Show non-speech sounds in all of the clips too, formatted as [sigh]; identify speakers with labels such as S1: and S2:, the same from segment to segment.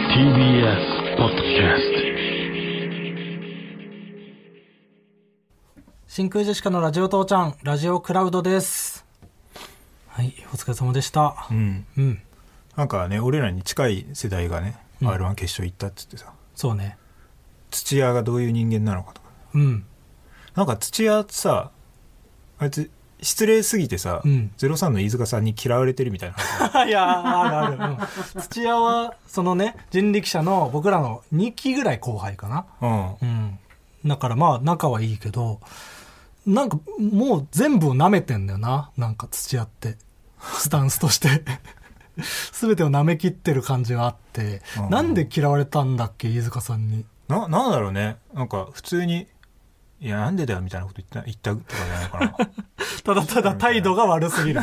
S1: TBS ポッドキャス
S2: 真空ジェシカのラジオ父ちゃん、ラジオクラウドです。はい、お疲れ様でした。
S3: うん、
S2: うん、
S3: なんかね俺らに近い世代がね、r 1決勝行ったっつってさ
S2: そうね。
S3: 土屋がどういう人間なのかとか
S2: うん、
S3: なんか土屋さあいつ失礼すぎてさ、
S2: うん
S3: ゼロ03の飯塚さんに嫌われてるみたいな
S2: [laughs] [laughs] いやあるある、うん土屋はそのね人力車の僕らの2期ぐらい後輩かな
S3: うん
S2: うんだからまあ仲はいいけどなんかもう全部を舐めてんだよななんか土屋ってスタンスとして [laughs] 全てを舐めきってる感じがあって、
S3: うん
S2: なんで嫌われたんだっけ飯塚さんに
S3: ななんだろうねなんか普通に「いやなんでだよ」みたいなこと言った言ったとかじゃない
S2: [laughs]
S3: のかな
S2: ただただ態度が悪すぎる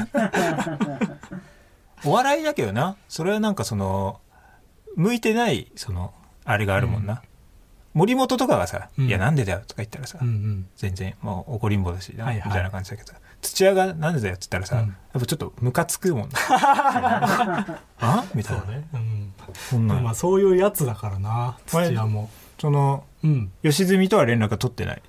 S3: お笑いだけどなそれはなんかその向いてないそのあれがあるもんな、森本とかがさ「
S2: うん
S3: いやなんでだよ」とか言ったらさ、
S2: うんうん
S3: 全然、まあ、怒りんぼだしな、
S2: はいはい
S3: みたいな感じだけど土屋がなんでだよっつったらさ、
S2: うん
S3: やっぱちょっとムカつくも
S2: [laughs]
S3: んなあみたいなね
S2: うん、
S3: そんな
S2: まあ
S3: の
S2: そういうやつだからな土屋も
S3: その
S2: うん
S3: 吉住とは連絡が取ってない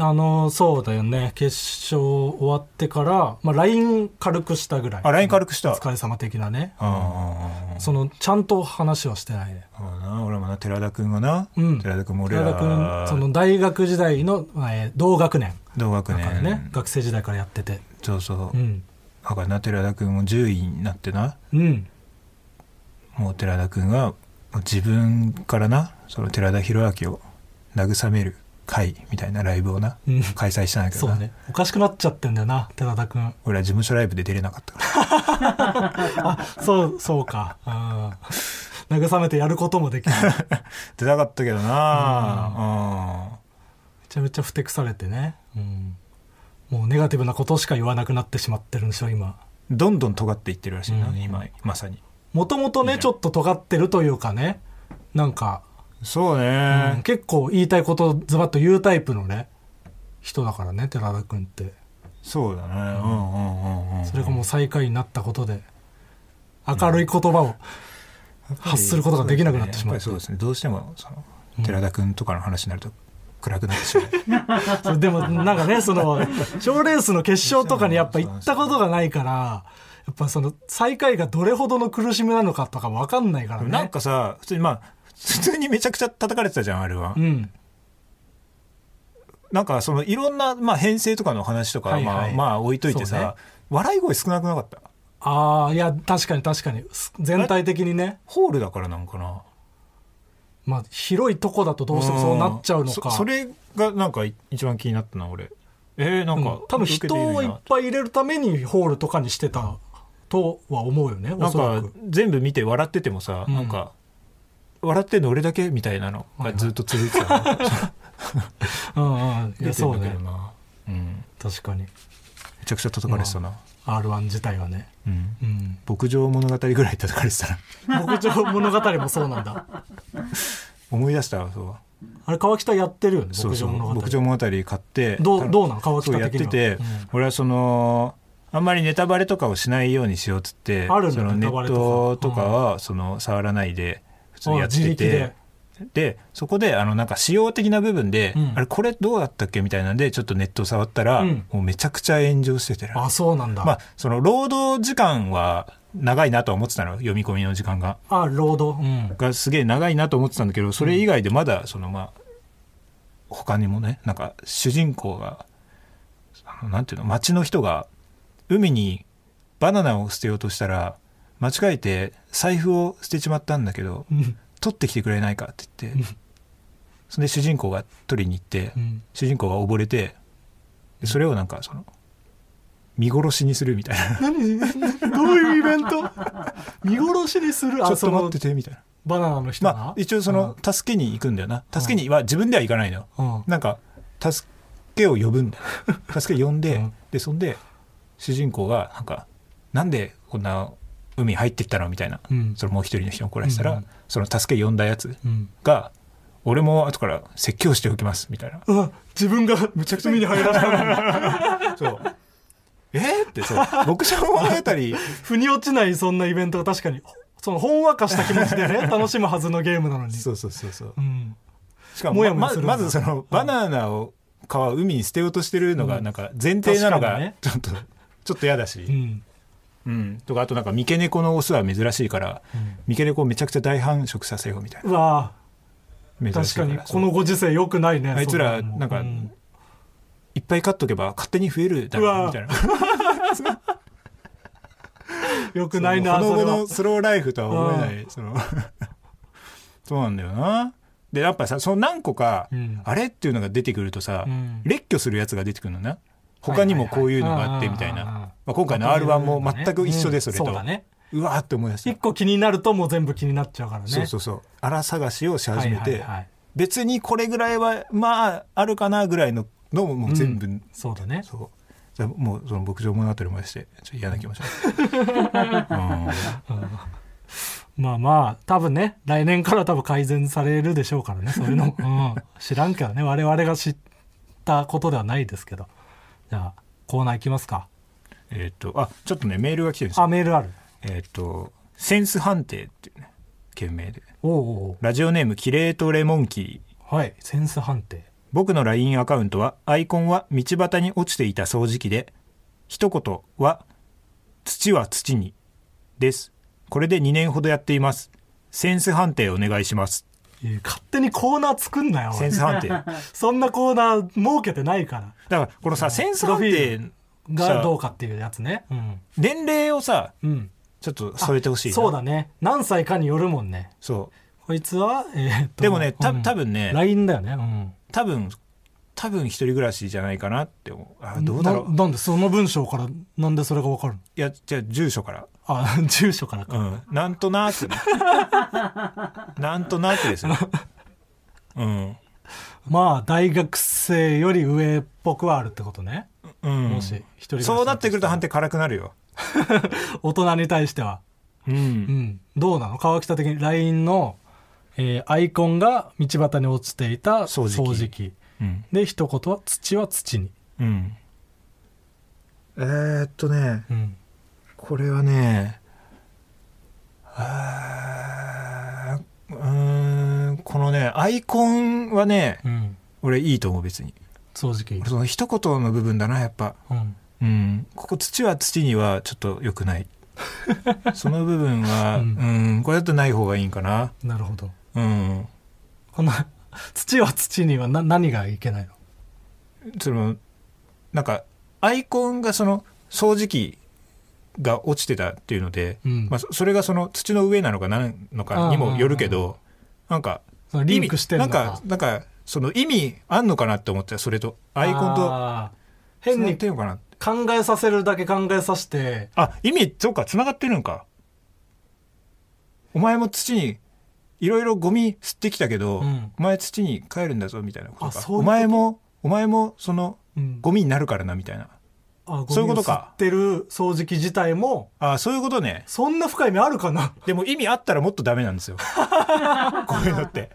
S2: あのそうだよね決勝終わってから、まあ、LINE 軽くしたぐらい
S3: あ LINE 軽くした
S2: お疲れ様的なね
S3: ああ
S2: そのちゃんと話はしてないね
S3: そうだな俺もな寺田君がな、
S2: うん
S3: 寺田君も俺
S2: 寺
S3: ら
S2: 田君その大学時代の、えー同学年
S3: 同学
S2: だから
S3: 年
S2: ね学生時代からやってて
S3: そうそう、
S2: うん
S3: だからな寺田君も10位になってな
S2: うん
S3: もう寺田君が自分からなその寺田博明を慰める会みたいなライブをな、
S2: うん
S3: 開催したんだけど
S2: そ
S3: な
S2: うねおかしくなっちゃってんだよな寺田君
S3: 俺は事務所ライブで出れなかったか
S2: そうそうかうん慰めてやることもできないめ
S3: ら出たかったけどなうん
S2: ちゃめちゃふてくされてね、うん、もうネガティブなことしか言わなくなってしまってるんでしょ今
S3: どんどん尖っていってるらしいな、
S2: うん
S3: 今まさに
S2: もともとね、ちょっと尖ってるというかね、なんか、
S3: そう
S2: うん
S3: ね、
S2: 結構言いたいことをズバッと言うタイプのね、人だからね、寺田君って。
S3: そうだねうんうんうんうん
S2: それがもう最下位になったことで、明るい言葉を、発することができなくなってしまう
S3: やっぱりそうですねどうしてもその寺田君とかの話になると暗くなってしまう、
S2: それでもなんかね、その、賞レースの決勝とかにやっぱ行ったことがないから、やっぱその、最下位がどれほどの苦しみなのかとかわかんないからね。
S3: なんかさ普通にまあ普通にめちゃくちゃ叩かれてたじゃんあれは、
S2: うん。
S3: なんかそのいろんな、まあ、編成とかの話とか、
S2: はいはい
S3: まあ、まあ置いといて
S2: そうね
S3: さ、笑い声少なくなかった
S2: ああ、いや、確かに確かに。全体的にね。
S3: ホールだからなんかな
S2: まあ、広いとこだとどうしてもそうなっちゃうのか。
S3: んそそれがなんかい一番気になったな俺えー、なんか、
S2: うん多分人をいっぱい入れるためにホールとかにしてたとは思うよね
S3: な
S2: お
S3: ん
S2: そら
S3: か
S2: く
S3: 全部見て笑っててもさ、
S2: うん
S3: なんか笑ってんの俺だけみたいなのがずっと続いてた
S2: [laughs]
S3: な、
S2: うんうんいや
S3: 出てん
S2: そう
S3: だけ
S2: ね
S3: どなうん、
S2: 確かに
S3: めちゃくちゃ叩かれてたな、
S2: r 1自体はね
S3: うん、
S2: うん
S3: 牧場物語ぐらい叩かれてたな
S2: 牧場物語もそうなんだ
S3: 思い出したわそう
S2: あれ川北やってるよね
S3: そう
S2: 牧
S3: そ
S2: 場
S3: う
S2: 物語
S3: 牧場物語買って
S2: どうどう
S3: な
S2: なん川
S3: そう
S2: 北
S3: やっ
S2: 的に
S3: て
S2: は
S3: て、俺はそのあんまりネタバレとかをしないようにしようっつって
S2: あるんだ
S3: その
S2: ネ
S3: ネ
S2: タバ
S3: ッ
S2: レとか
S3: トとかはその触らないで普通
S2: うん
S3: に
S2: あ
S3: やっ
S2: 自
S3: て
S2: 力
S3: て、
S2: で
S3: でそこであのなんか仕様的な部分で、
S2: うん
S3: あれこれどうだったっけみたいなんでちょっとネット触ったら、
S2: うん
S3: もうめちゃくちゃ炎上しててな
S2: あそうなんだ、
S3: まあその労働時間は長いなとは思ってたの読み込みの時間が
S2: あロードうん
S3: がすげえ長いなと思ってたんだけどそれ以外でまだそのまあ他にもねなんか主人公があのなんていうの町の人が海にバナナを捨てようとしたら間違えて財布を捨てちまったんだけど
S2: うん
S3: 取ってきてくれないかって言って、それで主人公が取りに行って、 [laughs]
S2: うん
S3: 主人公が溺れて、でそれをなんかその、見殺しにするみたいな。
S2: 何 [laughs] どういうイベン
S3: [laughs]
S2: ト見殺しにする
S3: ちょ
S2: あ
S3: っと
S2: そ
S3: 待っ
S2: の
S3: てて、みたいな。
S2: バナナの人が、
S3: まあ、一応その、助けに行くんだよな。助けには自分では行かないのよ。
S2: うん、うん
S3: なんか、助けを呼
S2: [laughs]
S3: ぶんだよ。助け呼んで、
S2: うん
S3: で、そんで、主人公が、なんか、なんでこんな海入ってったのみたいな。
S2: うん
S3: そのもう一人の人に怒らせたら、
S2: うん
S3: その助け呼んだやつ
S2: うん
S3: が、俺も後から説教しておきます、みたいな。
S2: うわ自分が [laughs] むちゃくちゃ目に入らない
S3: [laughs] そう。えーってそう。牧場物語、
S2: [laughs] 腑に落ちないそんなイベントが確かにそのほんわかした気持ちで [laughs] ね楽しむはずのゲームなのに
S3: そうそうそうそう
S2: うん
S3: しか
S2: も
S3: も
S2: やもや
S3: ますま
S2: る
S3: まずそのバナナを皮を海に捨てようとしてるのがなんか前提なの
S2: 確かに
S3: が
S2: ね
S3: ちょっと、ちょっと嫌だし、
S2: うん
S3: うん、とかあとなんか三毛猫のオスは珍しいから、三毛猫をめちゃくちゃ大繁殖させようみたいう
S2: わ
S3: な
S2: ー
S3: 珍しい
S2: 確
S3: か
S2: からに
S3: そう
S2: このご時世よくないね
S3: あいつら
S2: そ
S3: なんか
S2: うう
S3: いっぱい飼っとけば勝手に増えるだ
S2: う
S3: ろう
S2: わ
S3: みたいな
S2: よくないな
S3: そのほ
S2: そ
S3: の
S2: れ
S3: ぼ
S2: は
S3: のスローライフとは思えないその [laughs] そうなんだよなでやっぱさその何個か、
S2: うん
S3: あれっていうのが出てくるとさ、
S2: うん
S3: 列挙するやつが出てくるのな他にもこういうのがあってみたい
S2: はいはいはいあー
S3: なまあ今回の r 1も全く一緒でそれと、
S2: うんそうだね
S3: うわーって思い出して、
S2: 一個気になるともう全部気になっちゃうからね
S3: そうそうそう荒探しをし始めて、
S2: はいはいはい
S3: 別にこれぐらいはまああるかなぐらいののももう全部、
S2: そうだね
S3: そうじゃあもうその牧場物語までしてちょっと嫌な気持ちだっ
S2: [laughs]
S3: た、うん
S2: まあまあ多分ね来年から多分改善されるでしょうからねそういう
S3: [laughs]
S2: のも、うん、知らんけどね我々が知ったことではないですけどじゃあコーナーいきますか
S3: えっ、とあちょっとねメールが来てるんです
S2: あ
S3: よ
S2: メールある
S3: えっ、と「センス判定」っていうね件名で
S2: おうおう
S3: ラジオネームキレートレモンキー
S2: おうはいセンス判定
S3: 僕の LINE アカウントはアイコンは道端に落ちていた掃除機で一言は「土は土に」ですこれで2年ほどやっていますセンス判定お願いします
S2: いや勝手にコーナー作んなよおい
S3: センス判
S2: [laughs]
S3: 定だか
S2: そんなコーナー設けてないから
S3: らこのさセンス判定
S2: がどうかっていうやつねうん
S3: 年齢をさ
S2: うん
S3: ちょっと添えてほしいな
S2: そうだね何歳かによるもんね
S3: そ
S2: こいつはえーっ
S3: う
S2: と
S3: でもねた
S2: うん
S3: 多分ね
S2: LINE だよねうん
S3: 多分多分一人暮らしじゃないかなって思うあどうだろう
S2: ななんでその文章からなんでそれがわかるの
S3: いやじゃあ住所から
S2: あ [laughs] 住所からか
S3: うんなんとなくね
S2: [laughs]
S3: なんとなくですようん
S2: まあ大学生より上っぽくはあるってことね、
S3: うん
S2: もし一人暮らしだと
S3: そうなってくると判定辛くなるよ
S2: 大人に対しては
S3: うん、
S2: うんどうなの川北的に LINE の、えーアイコンが道端に落ちていた
S3: 掃
S2: 掃
S3: 除
S2: 除
S3: 機
S2: 機
S3: うん
S2: で一言は「土は土に
S3: うんえー、っとね」
S2: うん
S3: これはねあーうーんこのねアイコンはね
S2: うん
S3: 俺いいと思う別に
S2: 掃除機
S3: 俺その一言の部分だなやっぱ
S2: うん
S3: うん、ここ土は土にはちょっと良くない
S2: [laughs]
S3: その部分は、う
S2: うん
S3: ん、これだとない方がいいんかな
S2: なるほど
S3: うん
S2: この [laughs] 土は土にはな何がいけないの
S3: そのなんかアイコンがその掃除機が落ちてたっていうので、
S2: うん
S3: まあ、そそれがその土の上なのか何のかにもよるけどなんか
S2: そのリンクして
S3: 意
S2: るの
S3: 味
S2: か
S3: なんかなんかその意味あんのかなって思ってたそれとアイコンと
S2: あー
S3: 変
S2: 変に
S3: ってるのかなって
S2: 考えさせるだけ考えさせて
S3: あ意味そうかつながってるのかお前も土にいろいろゴミ吸ってきたけど、
S2: うん
S3: お前土に帰るんだぞみたいなことか
S2: あそういうこと
S3: お前もお前もその
S2: うん
S3: ゴミになるからなみたいな
S2: あゴミ
S3: そういうこ
S2: を
S3: とか
S2: 吸ってる掃除機自体も
S3: あそういうことね
S2: そんな深い意味あるか
S3: [laughs]
S2: な
S3: でも意味あったらもっとダメなん
S2: [laughs]
S3: ですよこういうのって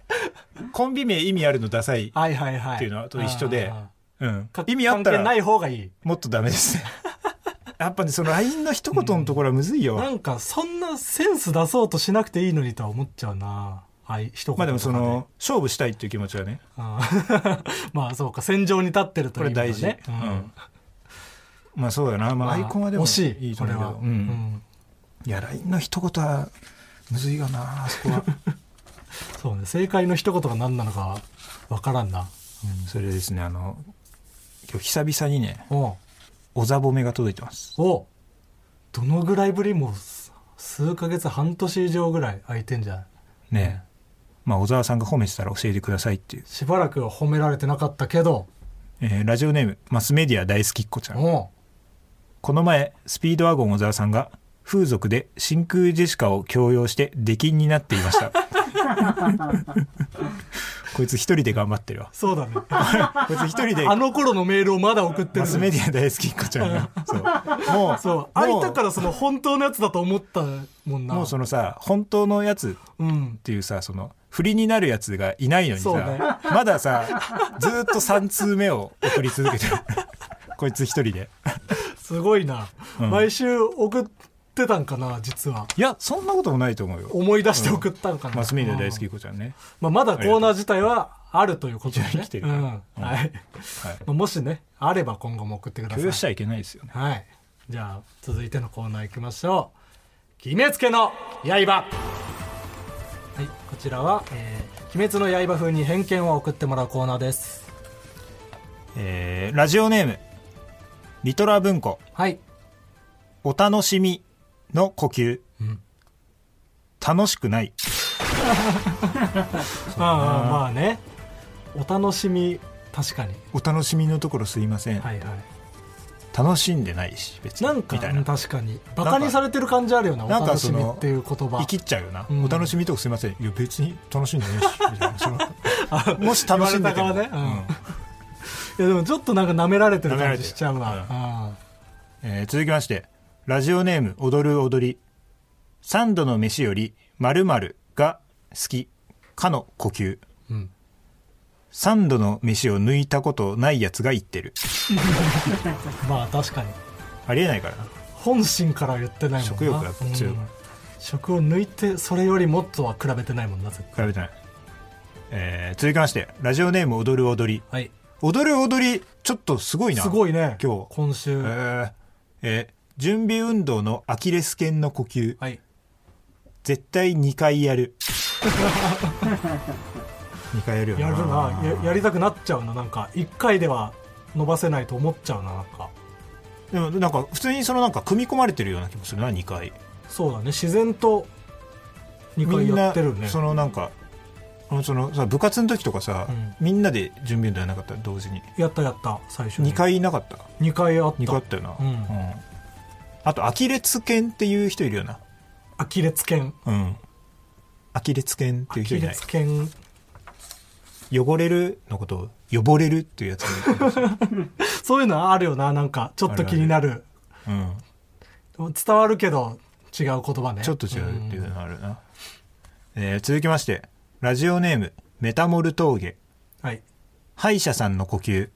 S3: コンビ名意味あるのダサい
S2: はいはいはい
S3: っていうのと一緒で
S2: あーあ
S3: うん
S2: ーか
S3: 意味あっ
S2: 関
S3: た
S2: 係な
S3: ら
S2: い方がいい
S3: もっとダメですねやっぱねその LINE の一言のところはむずい
S2: [laughs]
S3: よ、
S2: なんかそんなセンス出そうとしなくていいのにとは思っちゃうなはい一言
S3: まあでもそ
S2: とか
S3: の勝負したいっていう気持ちはね
S2: あー [laughs] まあそうか戦場に立ってると
S3: こ
S2: いう
S3: れ
S2: 意味だね
S3: 大事、
S2: う
S3: うん
S2: ん
S3: まあそうだな、まあ、アイコンはでも
S2: 惜しい
S3: いいと
S2: これ
S3: 思
S2: は
S3: うけど、うんいや LINE の一言はむずいよなそこ
S2: [laughs]
S3: は
S2: そうね正解の一言が何なのかわからんな
S3: それでですねあの今日久々にね
S2: おう
S3: お座褒めが届いてます
S2: おうどのぐらいぶりもうす数ヶ月半年以上ぐらい空いてんじゃない
S3: ねえまあ小沢さんが褒めてたら教えてくださいっていう、
S2: しばらくは褒められてなかったけど
S3: えーラジオネームマスメディア大好きっ子ちゃん
S2: おう
S3: この前スピードワゴン小沢さんが風俗で真空ジェシカを強要して出禁になっていまし
S2: [laughs]
S3: たこいつ一人で頑張ってるわ
S2: そう [laughs] だね
S3: こいつ一人で
S2: あの頃のメールをまだ送って
S3: マ
S2: る
S3: スメディア大好きっ子ちゃん [laughs] がそうもう
S2: そう
S3: も
S2: 開いたからその本当のやつだと思ったもんな
S3: もうそのさ本当のやつ
S2: うん
S3: っていうさその振りになるやつがいないのにさ、
S2: そうね
S3: まださずーっと3通目を送り [laughs] 続けてるこいつ一人です
S2: ごいな、
S3: ん
S2: 毎週送っってたんかな実はい
S3: やそんなこともないと思うよ
S2: 思い出して送ったんかな、
S3: マスメディア大好き子ちゃんね、
S2: まあ、まだコーナー自体はあるということで、ね、
S3: 生きてる
S2: う
S3: から
S2: ん
S3: うん
S2: はい
S3: は
S2: ま
S3: い、
S2: あもしねあれば今後も送ってくださ
S3: 許
S2: い
S3: しちゃいけないですよね
S2: はいじゃあ続いてのコーナー行きましょう「決めつけの刃」はいこちらは、えー鬼滅の刃風に偏見を送ってもらうコーナーです
S3: えーラジオネームリトラ文庫
S2: はい
S3: お楽しみの呼吸、
S2: ん
S3: 楽しくない
S2: まあまあねお楽しみ確かに
S3: お楽しみのところすいません、
S2: はいはい
S3: 楽しんでないし別に
S2: なんか
S3: みたいな
S2: 確かにバカにされてる感じあるようなお
S3: なん
S2: 楽
S3: かそ
S2: し
S3: の
S2: みっていう言葉
S3: 生きっちゃうよな、
S2: うん
S3: お楽しみとかすいませんいや別に楽しんでないし
S2: [laughs]
S3: みたいなそのもし楽しんでても
S2: 言われた側ねうん
S3: う
S2: い
S3: ん
S2: やでもちょっとなんか舐められてる
S3: 舐めら
S2: 感
S3: れて
S2: じ
S3: る
S2: しちゃうわ、
S3: えー続きましてラジオネーム踊る踊り三度の飯より〇〇が好きかの呼吸
S2: うんうん
S3: 三度の飯を抜いたことないやつが言ってる
S2: まあ確かに
S3: ありえないからな
S2: 本心からは言ってないもんな
S3: 食欲が強い
S2: うん食を抜いてそれよりもっとは比べてないもんな絶対
S3: 比べてない、えー続きましてラジオネーム踊る踊り
S2: はい
S3: 踊る踊りちょっとすごいな
S2: すごいね
S3: 今日
S2: 今週、
S3: えーえー準備運動のアキレス腱の呼吸
S2: はい
S3: 絶対2回やる2回やるよな
S2: やるなややりたくなっちゃうななんか1回では伸ばせないと思っちゃうななんか
S3: でもなんか普通にそのなんか組み込まれてるような気もするな2回
S2: そうだね自然と2
S3: み
S2: 回
S3: ん
S2: や
S3: な
S2: ってるね
S3: そのなんかあのそのさ部活の時とかさ、
S2: うん
S3: みんなで準備運動やらなかった同時に
S2: やったやった最初に
S3: 2回いなかった
S2: 2回あった
S3: 2回あったよな、
S2: うん
S3: あとアキレス腱っていう人いるよな
S2: アキレス腱
S3: うんアキレス腱っ
S2: ア
S3: ていう人
S2: キ
S3: いな
S2: レ
S3: い
S2: ス腱
S3: 汚れるのことを汚れるっていうやつがいる、
S2: そういうのあるよななんかちょっと気になる
S3: うん、
S2: 伝わるけど違う言葉ね
S3: ちょっと違うってい
S2: ん
S3: うのあるな、えー続きましてラジオネームメタモル峠
S2: はい
S3: 歯医者さんの呼吸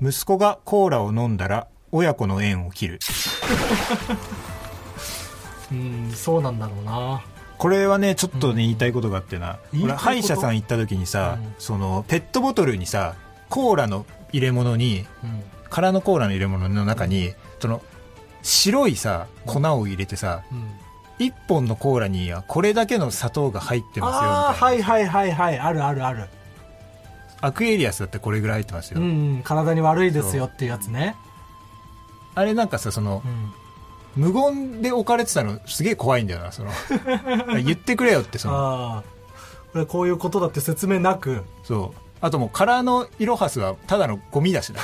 S3: 息子がコーラを飲んだら親子の縁を切る
S2: うんそうなんだろうな
S3: これはねちょっとね、言いたいことがあってな
S2: 言いた
S3: 俺
S2: いこと
S3: 歯医者さん行った時にさ、
S2: うん
S3: そのペットボトルにさコーラの入れ物に
S2: うん
S3: 空のコーラの入れ物の中にその白いさ粉を入れてさ
S2: うん
S3: 1本のコーラにはこれだけの砂糖が入ってますよみたいな
S2: ああーはいはいはいはいあるあるある
S3: アクエリアスだってこれぐらい入ってますよ、
S2: うんうん体に悪いですよっていうやつね
S3: あれなんかさその
S2: うん
S3: 無言で置かれてたのすげえ怖いんだよなそ [laughs] の言ってくれよってその
S2: ああこれこういうことだって説明なく
S3: そうあともう空のイロハスはただのゴミだしな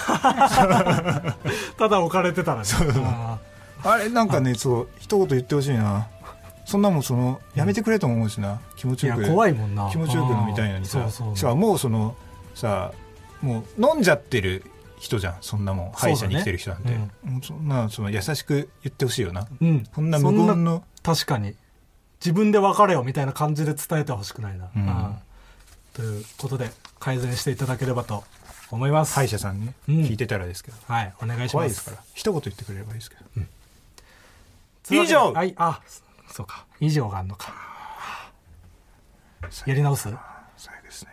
S2: ただ置かれてたらねあ
S3: [laughs] あれなんかねそう一言言ってほしいなそんなもんそのやめてくれとも思うしな気持
S2: ー
S3: ち
S2: い
S3: よ
S2: や
S3: く
S2: 怖いもんな
S3: 気持ちよく飲みたいのに
S2: あ
S3: さ
S2: ーそう
S3: し
S2: そ
S3: か
S2: う
S3: ももうそのさもう飲んじゃってる人じゃんそんなもん歯医者に来てる人なんて
S2: そうだね
S3: もうそんなその優しく言ってほしいよな
S2: うん
S3: こんな無言の
S2: 確かに自分で別れよみたいな感じで伝えてほしくないな、
S3: うん
S2: あーということで改善していただければと思います
S3: 歯医者さんね、
S2: うん
S3: 聞いてたらですけど
S2: はいお願いします
S3: 怖いですから一言言ってくれればいいですけど、
S2: というわけで
S3: 以上
S2: はいあそそうか以上があんのかやり直すや
S3: 最悪ですね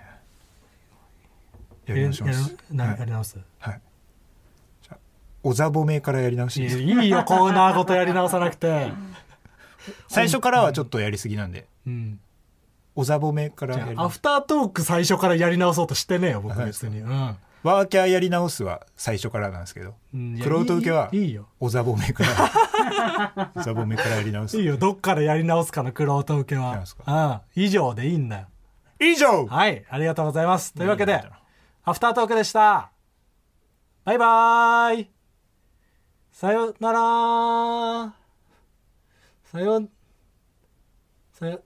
S3: やり直しま
S2: や
S3: す
S2: りな
S3: は
S2: や
S3: い
S2: り、直す、
S3: はい、じゃあお座褒めからやり直し
S2: い
S3: で
S2: や
S3: す
S2: いいよコーナーごとやり直さなくて、
S3: 最初からはちょっとやりすぎなんで
S2: うん、
S3: お座褒めからやり
S2: ア
S3: 直す
S2: フタートーク最初からやり直そうとしてねえよ僕別に、うん
S3: ワーキャーやり直すは最初からなんですけど
S2: うんいや
S3: クロート受けはい
S2: いいいよ
S3: お座褒めから
S2: [laughs]
S3: お座褒めからやり直す
S2: いいよどっからやり直すかのクロート受け
S3: り
S2: は
S3: 直す、
S2: うん、以上でいいんだよ
S3: 以上
S2: はい、ありがとうございます。というわけ
S3: いい
S2: で
S3: んだな、
S2: アフタートークでした。バイバーイ。さよなら。さよ、さよ、